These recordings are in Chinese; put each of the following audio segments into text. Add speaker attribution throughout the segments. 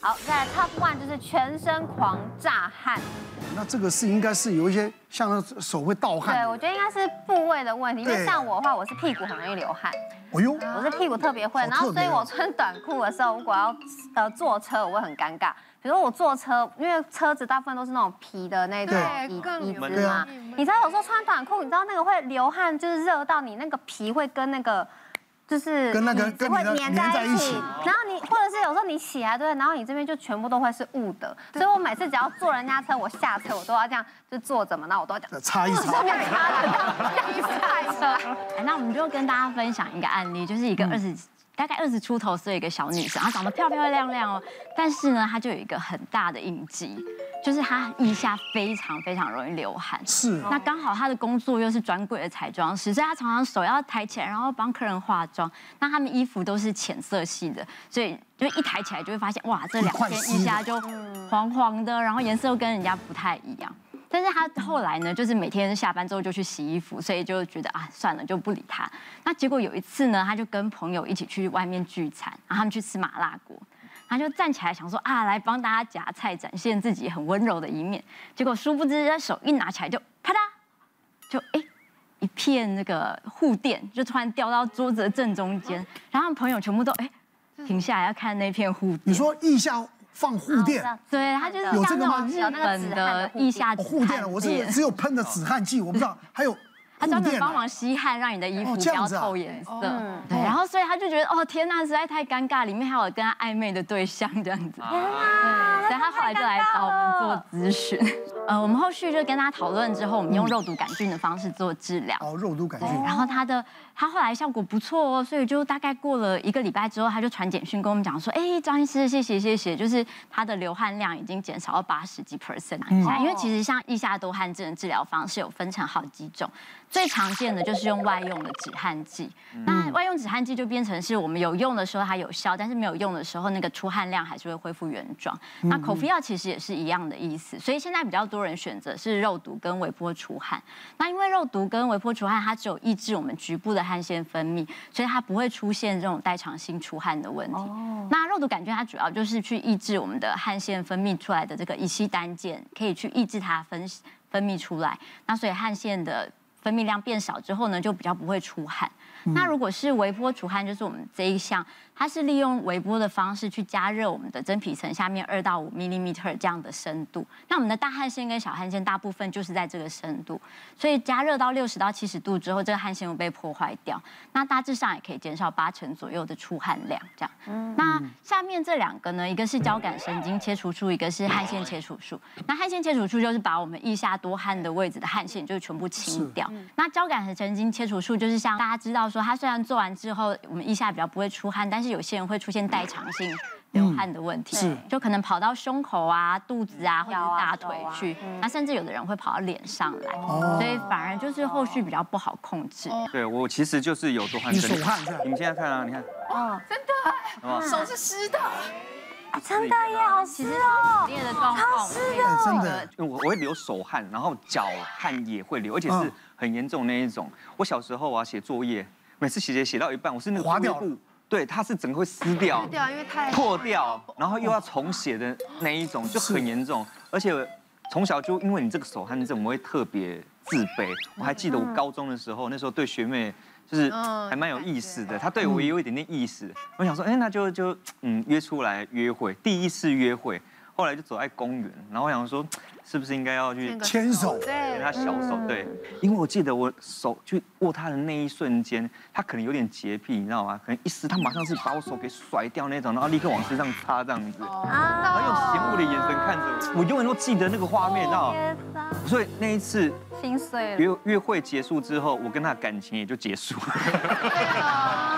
Speaker 1: 好，再来 Top One 就是全身狂炸汗，
Speaker 2: 那这个是应该是有一些像手会盗
Speaker 1: 对
Speaker 2: 汗，
Speaker 1: 我觉得应该是部位的问题，因为
Speaker 2: 对
Speaker 1: 像我的话，我是屁股很容易流汗，
Speaker 2: 哦呦，
Speaker 1: 我啊是屁股特别会，
Speaker 2: 好
Speaker 1: 然后
Speaker 2: 特别
Speaker 1: 所
Speaker 2: 哦
Speaker 1: 以我穿短裤的时候，如果要呃坐车，我会很尴尬。比如说我坐车，因为车子大部分都是那种皮的那种
Speaker 2: 对
Speaker 1: 椅
Speaker 3: 更
Speaker 1: 椅
Speaker 3: 容易
Speaker 1: 子嘛
Speaker 3: 闷，
Speaker 1: 你知道有时候穿短裤，你知道那个会流汗，就是热到你那个皮会跟那个。就是
Speaker 2: 跟那个
Speaker 1: 椅子
Speaker 2: 跟你
Speaker 1: 会
Speaker 2: 的
Speaker 1: 粘
Speaker 2: 粘
Speaker 1: 在
Speaker 2: 在
Speaker 1: 一
Speaker 2: 一
Speaker 1: 起
Speaker 2: 起，
Speaker 1: 然后你或者是有时候你起来对，然后你这边就全部都会是雾的，所以我每次只要坐人家车，我下车我都要这样就坐着嘛，那我都要这 样
Speaker 2: 擦一擦
Speaker 1: 顺，便擦了，这样下 车。
Speaker 4: 哎，那我们就跟大家分享一个案例，就是一个二十、大概二十出头岁的一个小女生，她长得漂漂亮亮哦，但是呢，她就有一个很大的印记，就是她腋下非常非常容易流汗。
Speaker 2: 是
Speaker 4: 那刚好她的工作又是专柜的彩妆师，所以她常常手要抬起来，然后帮客人化妆。那他们衣服都是浅色系的，所以就一抬起来就会发现，哇，这两
Speaker 2: 快
Speaker 4: 件
Speaker 2: 湿
Speaker 4: 腋下就黄黄的，然后颜色又跟人家不太一样。但是她后来呢，就是每天下班之后就去洗衣服，所以就觉得啊，算了，就不理她。那结果有一次呢，她就跟朋友一起去外面聚餐，然后他们去吃麻辣锅。她就站起来想说啊，来帮大家夹菜，展现自己很温柔的一面。结果殊不知，她手一拿起来就啪嗒，就哎、一片那个护垫，就突然掉到桌子的正中间，然后他们朋友全部都哎、停下来要看那片护垫。
Speaker 2: 你说腋下放护垫， 哦
Speaker 4: 对，它就是
Speaker 2: 有这
Speaker 4: 像
Speaker 2: 个
Speaker 4: 那
Speaker 2: 吗
Speaker 4: 种日本的腋下
Speaker 2: 哦护垫，我是只有喷的止汗剂，我不知道还有
Speaker 4: 它专
Speaker 2: 护
Speaker 4: 门
Speaker 2: 垫
Speaker 4: 帮
Speaker 2: 啊，
Speaker 4: 忙吸汗，让你的衣服
Speaker 2: 哦
Speaker 4: 不
Speaker 2: 这样
Speaker 4: 要
Speaker 2: 子啊
Speaker 4: 透颜色。
Speaker 1: 嗯
Speaker 4: 对，然后所以他就觉得哦天呐，实在太尴尬，里面还有跟他暧昧的对象这样
Speaker 3: 啊
Speaker 4: 子。
Speaker 2: 啊
Speaker 4: 所以他后来就来找我们做咨询。呃，我们后续就跟他讨论之后，我们用肉毒杆菌的方式做治疗。
Speaker 2: 哦肉毒杆
Speaker 4: 对，
Speaker 2: 菌，
Speaker 4: 然后他的他后来效果不错哦，所以就大概过了一个礼拜之后，他就传简讯跟我们讲说，哎，张医师，谢谢谢谢，就是他的流汗量已经减少到八十几 percent 啊以下，因为其实像腋下多汗症的治疗方式有分成好几种，最常见的就是用外用的止汗剂，那外用止汗剂就变成是我们有用的时候它有效，但是没有用的时候那个出汗量还是会恢复原状。那口服药其实也是一样的意思，所以现在比较多人选择是肉毒跟微波除汗。那因为肉毒跟微波除汗，它只有抑制我们局部的汗腺分泌，所以它不会出现这种代偿性出汗的问题。那肉毒杆菌它主要就是去抑制我们的汗腺分泌出来的这个乙烯单键，可以去抑制它分分泌出来。那所以汗腺的分泌量变少之后呢，就比较不会出汗。那如果是微波除汗，就是我们这一项，它是利用微波的方式去加热我们的真皮层下面二到五 m m 这样的深度。那我们的大汗腺跟小汗腺大部分就是在这个深度，所以加热到六十到七十度之后，这个汗腺会被破坏掉。那大致上也可以减少八成左右的出汗量，这样。
Speaker 1: 嗯
Speaker 4: 那下面这两个呢，一个是交感神经切除术，一个是汗腺切除术。那汗腺切除术就是把我们腋下多汗的位置的汗腺就全部清掉。
Speaker 1: 嗯
Speaker 4: 那交感神经切除术就是像大家知道说，它虽然做完之后我们腋下比较不会出汗，但是有些人会出现代偿性。流汗的问题，
Speaker 2: 是
Speaker 4: 就可能跑到胸口啊、肚子啊，或者是
Speaker 1: 腰啊
Speaker 4: 大腿
Speaker 1: 手啊
Speaker 4: 去，那甚至有的人会跑到脸上来，所以反而就是后续比较不好控制。
Speaker 5: 对我其实就是有多汗
Speaker 2: 你
Speaker 5: 症。
Speaker 2: 手汗是吧
Speaker 5: 你？们现在看啊，你看，哦，真的，
Speaker 3: 手是湿的，
Speaker 5: 真的耶，好
Speaker 4: 其实职业的状况，
Speaker 2: 哎真的，
Speaker 5: 我我会流手汗，然后脚汗也会流，而且是
Speaker 2: 嗯
Speaker 5: 很严重那一种。我小时候啊写作业，每次写写写到一半，我是那个
Speaker 2: 划
Speaker 5: 作业
Speaker 2: 掉了
Speaker 5: 簿，对，它是整个会撕掉，
Speaker 2: 啊
Speaker 3: 掉因为太哦
Speaker 5: 破掉，然后又要重写的那一种，就很严重。而且从小就因为你这个手汗症，我会特别自卑。我还记得我高中的时候，那时候对学妹就是
Speaker 3: 嗯
Speaker 5: 还蛮有意思的，她对我也有一点点意思。我想说，哎，那就就嗯约出来约会，第一次约会，后来就走在公园，然后我想说，是不是应该要去
Speaker 3: 那个
Speaker 2: 牵手
Speaker 5: 给
Speaker 3: 对
Speaker 5: 他小手，对，因为我记得我手去握他的那一瞬间，他可能有点洁癖，你知道吗？可能一时他马上是把我手给甩掉那种，然后立刻往身上擦这样子，
Speaker 1: 啊，
Speaker 5: 很有嫌恶的眼神看着我，我永远都记得那个画面，你知道吗？所以那一次
Speaker 1: 心碎了。
Speaker 5: 约约会结束之后，我跟他的感情也就结束了，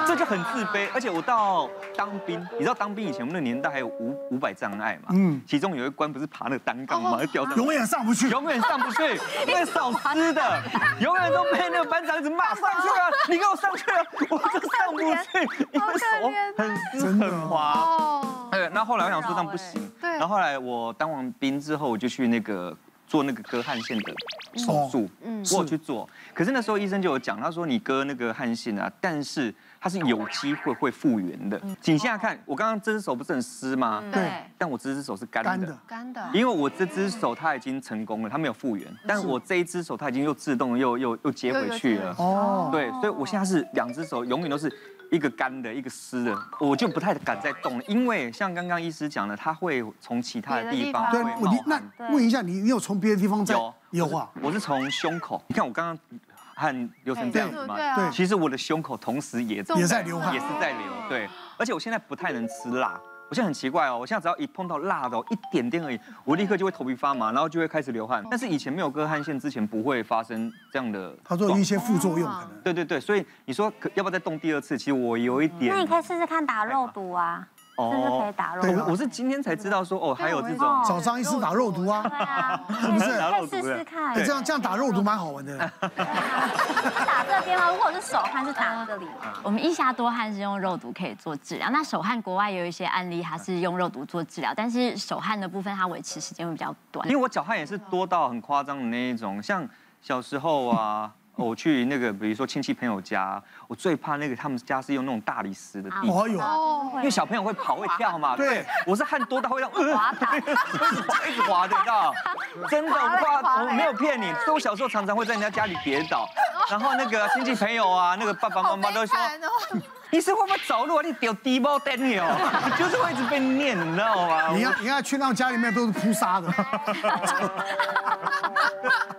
Speaker 5: 这就很自卑。而且我到当兵，你知道当兵以前我们那个年代还有五五百障碍嘛，
Speaker 2: 嗯
Speaker 5: 嗯，其中有一关不是爬那个单杠嘛，就吊上来
Speaker 2: 永远上不去，
Speaker 5: 永远上不去，那手撕的，永远都被那个班长一直骂上去啊！你给我上去啊！我就上不去，因为手很
Speaker 2: 真
Speaker 5: 湿
Speaker 2: 的
Speaker 5: 很滑。
Speaker 3: 哦，
Speaker 5: 对，那后来我想说这样不行，
Speaker 3: 对
Speaker 5: 然后后来我当完兵之后，我就去那个做那个割汗腺的手术，
Speaker 2: 哦
Speaker 1: 嗯
Speaker 5: 我有去做。可是那时候医生就有讲，他说你割那个汗腺啊，但是它是有机会会复原的。请现在看，我刚刚这只手不是很湿吗？
Speaker 1: 对，
Speaker 5: 但我这只手是干
Speaker 2: 干
Speaker 5: 的
Speaker 2: 的。
Speaker 1: 干的，
Speaker 5: 因为我这只手它已经成功了，它没有复原，但我这一只手它已经又自动又又嗯又接回去了。
Speaker 2: 哦，
Speaker 5: 对，所以我现在是两只手永远都是一个干的，一个湿的，我就不太敢再动了，因为像刚刚医师讲的，它会从其他的地方
Speaker 1: 别
Speaker 2: 对
Speaker 5: 会
Speaker 1: 的地方
Speaker 2: 我
Speaker 5: 冒
Speaker 2: 你那
Speaker 5: 汗。
Speaker 2: 问一下你，你有从别的地方在
Speaker 5: 有
Speaker 2: 有啊？
Speaker 5: 我是从胸口，你看我刚刚汗流成这样子嘛，
Speaker 3: 对啊
Speaker 5: 其实我的胸口同时也
Speaker 2: 也在流汗
Speaker 5: 也是在流，对。
Speaker 6: 哦
Speaker 5: 而且我现在不太能吃辣，我现在很奇怪哦，我现在只要一碰到辣的、哦、一点点而已，我立刻就会头皮发麻，然后就会开始流
Speaker 6: 哦
Speaker 5: 汗。但是以前没有割汗腺之前，不会发生这样的。
Speaker 2: 他说有一些副作用可能。
Speaker 5: 对对对，所以你说可要不要再动第二次？其实我有一点哦
Speaker 6: 那你可以试试看打肉毒啊，是不是可以打肉
Speaker 2: 哦对
Speaker 6: 毒？啊
Speaker 5: 我我是今天才知道说哦，还有这种
Speaker 6: 哦
Speaker 2: 找张医师打肉毒啊，
Speaker 6: 对啊，
Speaker 2: 是不是
Speaker 6: 可以试试看。
Speaker 2: 哎这样这样打肉毒蛮好玩的。
Speaker 6: 打这边吗？如果是手汗是打这里吗？
Speaker 4: 我们腋下多汗是用肉毒可以做治疗，那手汗国外有一些案例，它是用肉毒做治疗，但是手汗的部分它维持时间会比较短
Speaker 5: 因。为我脚汗也是多到很夸张的那一种，像小时候 啊，我去那个比如说亲戚朋友家，我最怕那个他们家是用那种大理石的
Speaker 6: 啊
Speaker 5: 地，
Speaker 2: 哦呦，
Speaker 5: 因为小朋友会跑会跳嘛，
Speaker 2: 对，
Speaker 5: 我是汗多到会让呃， 一直滑的，你知道？真的，我夸我没有骗你，所以我小时候常常会在人家家里跌倒，然后那个亲戚朋友啊，那个爸爸妈妈都会说。你是会不会走路啊？你丢低包灯你哦，就是会一直被念，你知道吗？
Speaker 2: 你要你要去让家里面都是扑杀的，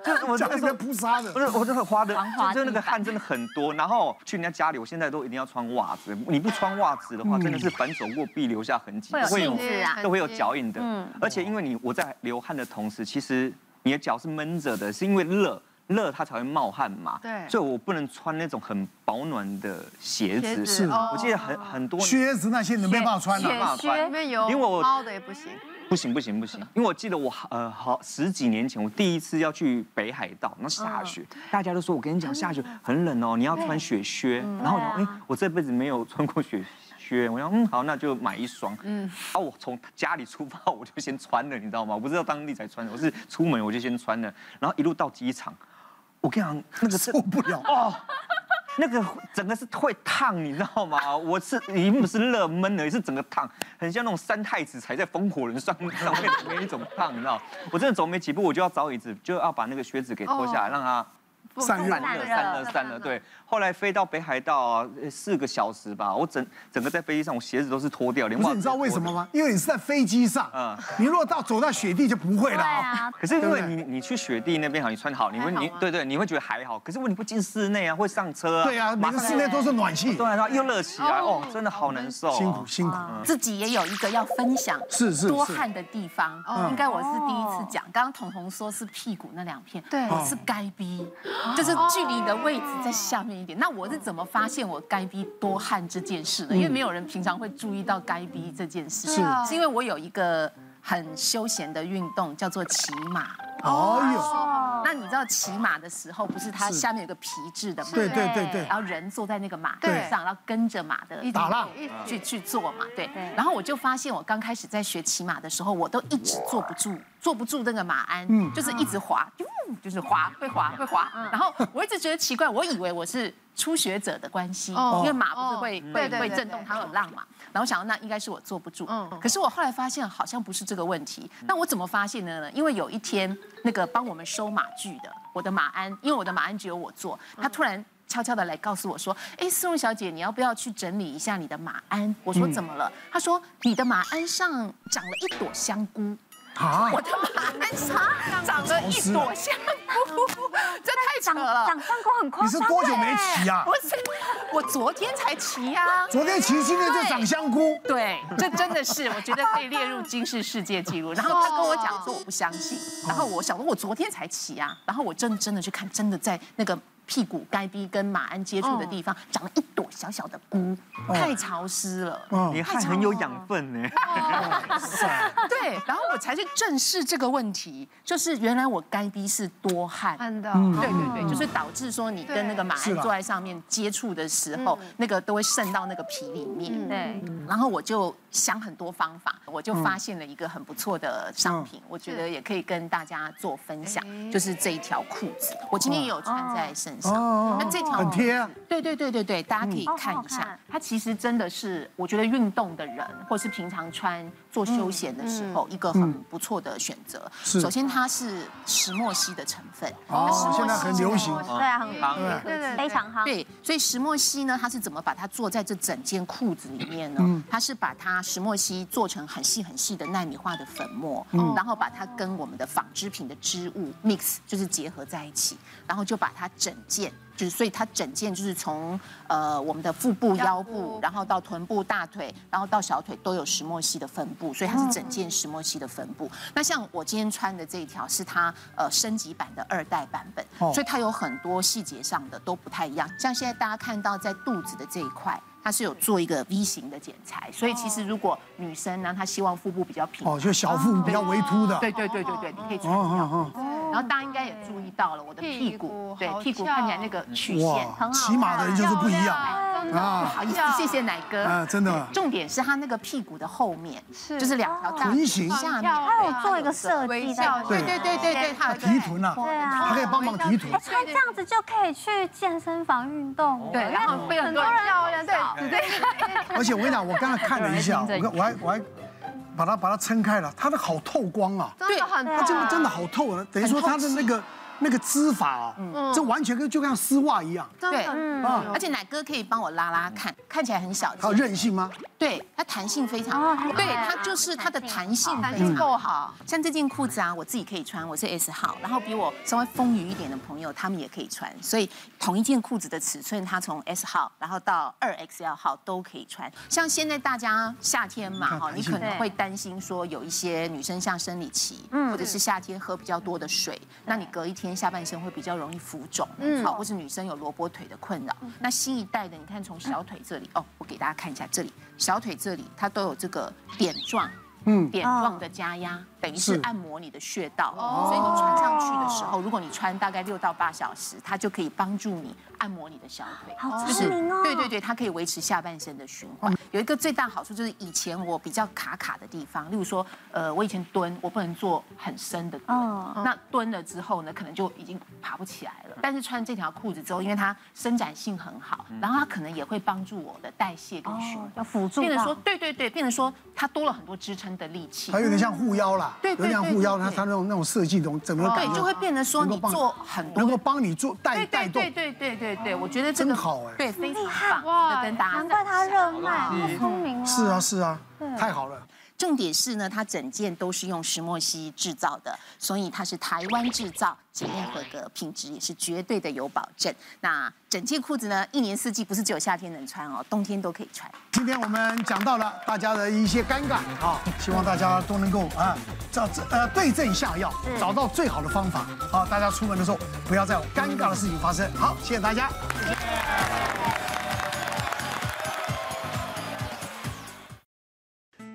Speaker 5: 就是我
Speaker 2: 家
Speaker 5: 真的
Speaker 2: 里
Speaker 5: 说
Speaker 2: 面扑杀的
Speaker 5: 不。是，我真的花的
Speaker 4: 防滑，地
Speaker 5: 就是那个汗真的很多。然后去人家家里，我现在都一定要穿袜子。你不穿袜子的话，真的是反手过必留下痕迹，
Speaker 1: 会有印子啊
Speaker 5: 都会有脚印的。
Speaker 3: 嗯
Speaker 5: 而且因为你我在流汗的同时，其实你的脚是闷着的，是因为热。热它才会冒汗嘛，
Speaker 3: 对
Speaker 5: 所以我不能穿那种很保暖的鞋
Speaker 3: 鞋
Speaker 5: 子。
Speaker 3: 子
Speaker 2: 是
Speaker 3: 哦
Speaker 5: 我记得很很多
Speaker 2: 靴子那些你没办法穿的啊
Speaker 5: 没，办法穿
Speaker 3: 里面有
Speaker 5: 因为我
Speaker 3: 猫的也不行，
Speaker 5: 不行不行不行，因为我记得我呃好十几年前我第一次要去北海道，那
Speaker 6: 嗯
Speaker 5: 下雪，大家都说我跟你讲下雪很冷哦，你要穿雪靴。然后我想，
Speaker 6: 对
Speaker 5: 哎
Speaker 6: 啊，
Speaker 5: 我这辈子没有穿过雪靴，我想嗯好，那就买一双。嗯，然后我从家里出发我就先穿了，你知道吗？我不是到当地才穿的，我是出门我就先穿了，然后一路到机场，我跟你讲那个是
Speaker 2: 受不了。
Speaker 5: 哦，那个整个是会烫，你知道吗？ 我是已经不是热闷了，也是整个烫，很像那种三太子踩在风火轮上上面 的那一种烫，你知道？我真的走没几步，我就要找椅子，就要把那个靴子给脱下来，让它
Speaker 2: 散热
Speaker 5: 哦散热、散热、散热。对，后来飞到北海道啊，呃四个小时吧，我整整个在飞机上，我鞋子都是脱掉，连
Speaker 2: 不
Speaker 5: 袜
Speaker 2: 是
Speaker 5: 子
Speaker 2: 你
Speaker 5: 都
Speaker 2: 知道为
Speaker 5: 脱
Speaker 2: 什
Speaker 5: 掉
Speaker 2: 么？吗？因为你是在飞机上，
Speaker 5: 嗯
Speaker 2: 你如果到走到雪地就不
Speaker 6: 对
Speaker 2: 会了啊。
Speaker 6: 啊，
Speaker 5: 可是因为
Speaker 2: 对不对
Speaker 5: 你你去雪地那边好，你穿好，你会
Speaker 3: 还好
Speaker 5: 你
Speaker 3: 吗
Speaker 5: 对对，你会觉得还好。可是如果你不进室内啊，会上车啊，
Speaker 2: 对啊，每
Speaker 5: 马
Speaker 2: 个
Speaker 5: 上
Speaker 2: 室内都是暖气
Speaker 5: 对，啊，然后又热起来，
Speaker 3: 哦
Speaker 5: 哦，真的好难受啊，
Speaker 2: 辛苦辛苦。
Speaker 7: 自己也有一个要分享
Speaker 2: 嗯是嗯是
Speaker 7: 多
Speaker 2: 是
Speaker 7: 汗的地方，应该我是第一次讲。刚刚彤彤说是屁股那两片，
Speaker 3: 对
Speaker 7: 我是该逼，
Speaker 2: 哦
Speaker 7: 就是距离你的位置在下面一点。那我是怎么发现我该逼多汗这件事呢？因为没有人平常会注意到该逼这件事，
Speaker 2: 嗯是
Speaker 7: 是因为我有一个很休闲的运动叫做骑马。
Speaker 2: 哎呦，
Speaker 7: 那你知道骑马的时候，不是它
Speaker 2: 是
Speaker 7: 下面有个皮质的吗？
Speaker 2: 对对对对
Speaker 7: 然，后人坐在那个马
Speaker 3: 对
Speaker 7: 上，然后跟着马的
Speaker 3: 一
Speaker 2: 打蜡
Speaker 3: 一起
Speaker 7: 去去做嘛，对
Speaker 6: 对。
Speaker 7: 然后我就发现，我刚开始在学骑马的时候，我都一直坐不住，坐不住那个马鞍，就是一直滑，嗯就是滑，会滑，会滑。
Speaker 3: 嗯
Speaker 7: 然后我一直觉得奇怪，我以为我是初学者的关系，
Speaker 3: 哦
Speaker 7: 因为马不是会
Speaker 3: 哦
Speaker 7: 会
Speaker 3: 对对
Speaker 7: 会
Speaker 3: 对
Speaker 7: 震动，
Speaker 3: 对
Speaker 7: 它会有浪嘛。然后想到那应该是我坐不住
Speaker 3: 嗯，
Speaker 7: 可是我后来发现好像不是这个问题。那我怎么发现的呢？因为有一天那个帮我们收马具的，我的马鞍，因为我的马鞍只有我坐，他突然。悄悄的来告诉我说：“哎，思荣小姐，你要不要去整理一下你的马鞍？”我说：“怎么了？”他说：“你的马鞍上长了一朵香菇。”
Speaker 2: 啊
Speaker 7: 我，的马鞍上长了一朵香菇，这太扯
Speaker 6: 长
Speaker 7: 了！
Speaker 6: 长香菇很夸
Speaker 2: 你
Speaker 6: 张
Speaker 2: 是
Speaker 6: 哎
Speaker 2: 多久没骑啊
Speaker 7: 不？是，我昨天才骑啊呀、
Speaker 2: 昨天骑，今天就长香菇。
Speaker 7: 对，这真的是我觉得可以列入金氏世界纪录。然后他跟我讲说我不相信，然后我想说我昨天才骑啊，然后我真真的去看，真的在那个屁股该逼跟马鞍接触的地方长了一朵小小的菇，太潮湿了。
Speaker 2: 嗯
Speaker 5: 你汗很有养分呢。
Speaker 2: 哇塞，
Speaker 7: 对，然后我才去正视这个问题，就是原来我该滴是多汗。
Speaker 1: 真的，
Speaker 7: 对
Speaker 6: 嗯
Speaker 7: 对对，就是导致说你跟那个马
Speaker 2: 嗯是
Speaker 7: 鞍
Speaker 2: 啦
Speaker 7: 坐在上面接触的时候，
Speaker 6: 嗯
Speaker 7: 那个都会渗到那个皮里面。
Speaker 6: 对，
Speaker 7: 然后我就想很多方法，我就发现了一个很不错的商
Speaker 6: 嗯
Speaker 7: 品，我觉得也可以跟大家做分享，就是这一条裤子，我今天也有穿在身
Speaker 2: 哦
Speaker 7: 上。那这条
Speaker 2: 很贴啊
Speaker 7: 对对对对对，大家可以看
Speaker 6: 哦
Speaker 7: 一
Speaker 6: 好好
Speaker 7: 下
Speaker 6: 看，
Speaker 7: 它其实真的是我觉得运动的人，或是平常穿做休闲的时
Speaker 6: 嗯
Speaker 7: 候，一个很不错的选择。
Speaker 2: 是
Speaker 7: 首先它是石墨烯的成分，
Speaker 2: 哦，现在很流行，
Speaker 6: 对啊，很
Speaker 5: 好
Speaker 6: 夯，
Speaker 1: 对对对
Speaker 6: 非常夯。
Speaker 7: 对，所以石墨烯呢，它是怎么把它做在这整件裤子里面呢？它是把它石墨烯做成很细很细的纳米化的粉末，然后把它跟我们的纺织品的织物 mix 就是结合在一起，然后就把它整件。就是，所以它整件就是从呃我们的腹部、腰部，然后到臀部、大腿，然后到小腿都有石墨烯的分布，所以它是整件石墨烯的分布。那像我今天穿的这一条是它呃升级版的二代版本，
Speaker 2: 哦
Speaker 7: 所以它有很多细节上的都不太一样。像现在大家看到在肚子的这一块。它是有做一个 V 型的剪裁，所以其实如果女生呢，她希望腹部比较平，
Speaker 2: 哦，就小腹比较微凸的，
Speaker 7: 哦对对对对对，你可以穿
Speaker 2: 哦
Speaker 7: 一条
Speaker 2: 哦哦，
Speaker 7: 然后大家应该也注意到了，我的屁
Speaker 1: 嗯屁股
Speaker 7: 股，对
Speaker 1: 好
Speaker 7: 屁
Speaker 1: 翘
Speaker 7: 股看起来那个曲线，
Speaker 2: 哇，骑马
Speaker 3: 哦
Speaker 2: 的人就是不一样
Speaker 1: 真
Speaker 7: 不
Speaker 2: 啊
Speaker 7: 好意思，谢谢奶哥。
Speaker 2: 啊，真的
Speaker 7: 重点是他那个屁股的后面，
Speaker 1: 是
Speaker 7: 就是两条大
Speaker 2: 臀型
Speaker 7: 下面，
Speaker 6: 它有做一个设计
Speaker 1: 微
Speaker 6: 在
Speaker 1: 笑
Speaker 6: 里面，
Speaker 7: 对对对对对，他有一个
Speaker 2: 提臀啊，
Speaker 6: 对啊
Speaker 2: 他可以帮忙提臀
Speaker 6: 哎，，穿这样子就可以去健身房运动了，
Speaker 7: 对，然后被很多人
Speaker 1: 漂亮，对对，
Speaker 2: 而且我跟你讲，我刚才看了一下，我
Speaker 4: 有人盯
Speaker 2: 看
Speaker 4: 着
Speaker 2: 我还我还把它把它撑开了，它的好透光啊，
Speaker 1: 真的很
Speaker 2: 它这个真的好透啊，等于说它的那个那个织法
Speaker 7: 嗯
Speaker 2: 啊，这完全跟就像丝袜一样，
Speaker 1: 真
Speaker 7: 对
Speaker 1: 的很
Speaker 2: 啊，
Speaker 7: 而且奶哥可以帮我拉拉看，看起来很小
Speaker 2: 它有
Speaker 7: 只，
Speaker 2: 韧性吗？
Speaker 7: 对，它弹性非
Speaker 6: 哦
Speaker 7: 常
Speaker 6: 它
Speaker 7: 好，
Speaker 6: 弹
Speaker 7: 对，
Speaker 6: 性
Speaker 7: 它
Speaker 6: 好
Speaker 7: 就是它的弹
Speaker 6: 弹性
Speaker 7: 性
Speaker 1: 弹
Speaker 7: 非
Speaker 1: 性
Speaker 7: 常
Speaker 1: 够好，
Speaker 7: 像这件裤子啊，我自己可以穿，我是 S 号，然后比我稍微丰腴一点的朋友，他们也可以穿。所以同一件裤子的尺寸，它从 S 号，然后到二 XL 号都可以穿。像现在大家夏天嘛，哈，你可能会担心说有一些女生像生理期，或者是夏天喝比较多的水，那你隔一天下半身会比较容易浮肿，好，或是女生有萝卜腿的困扰。那新一代的，你看从小腿这里，哦，我给大家看一下这里，小腿这里它都有这个点状。
Speaker 2: 嗯
Speaker 7: 点状的加压，等于是
Speaker 2: 是
Speaker 7: 按摩你的穴道，所以你穿上去的时候，如果你穿大概六到八小时，它就可以帮助你按摩你的小腿。
Speaker 6: 好
Speaker 7: 就是
Speaker 6: 聪明哦。
Speaker 7: 对对对，它可以维持下半身的循
Speaker 2: 哦
Speaker 7: 环。有一个最大好处就是，以前我比较卡卡的地方，例如说，呃，我以前蹲，我不能做很深的蹲，
Speaker 2: 哦
Speaker 6: 嗯
Speaker 7: 那蹲了之后呢，可能就已经爬不起来了。但是穿这条裤子之后，因为它伸展性很好，
Speaker 2: 嗯
Speaker 7: 然后它可能也会帮助我的代谢跟循
Speaker 2: 哦
Speaker 7: 环。
Speaker 6: 哦要辅助
Speaker 7: 变成说
Speaker 6: 到，，
Speaker 7: 对对对，变成说它多了很多支撑的力气
Speaker 2: 它。有点像护腰啦，
Speaker 7: 对
Speaker 2: 有
Speaker 7: 对
Speaker 2: 点像护腰，
Speaker 7: 对
Speaker 2: 它
Speaker 7: 对
Speaker 2: 它那种那种设计，那种整个感
Speaker 7: 对，
Speaker 2: 觉
Speaker 7: 就会变得说
Speaker 2: 能够
Speaker 7: 你
Speaker 2: 帮
Speaker 7: 做很多
Speaker 2: 能够帮你做带
Speaker 7: 对
Speaker 2: 带
Speaker 7: 对
Speaker 2: 动
Speaker 7: 对，对对对对，我觉得这个
Speaker 2: 真好哎
Speaker 7: 对，非常棒，
Speaker 1: 哇
Speaker 7: 值得跟大家
Speaker 6: 难
Speaker 7: 分
Speaker 6: 怪它
Speaker 7: 享
Speaker 6: 热卖。
Speaker 1: 好聪明哦，
Speaker 2: 是啊是啊，太好了，
Speaker 7: 重点是呢，它整件都是用石墨烯制造的，所以它是台湾制造，检验合格，品质也是绝对的有保证。那整件裤子呢，一年四季不是只有夏天能穿哦，冬天都可以穿。
Speaker 2: 今天我们讲到了大家的一些尴尬啊，希望大家都能够啊，找呃对症下药，找到最好的方法啊。大家出门的时候不要再有尴尬的事情发生。好，谢谢大家。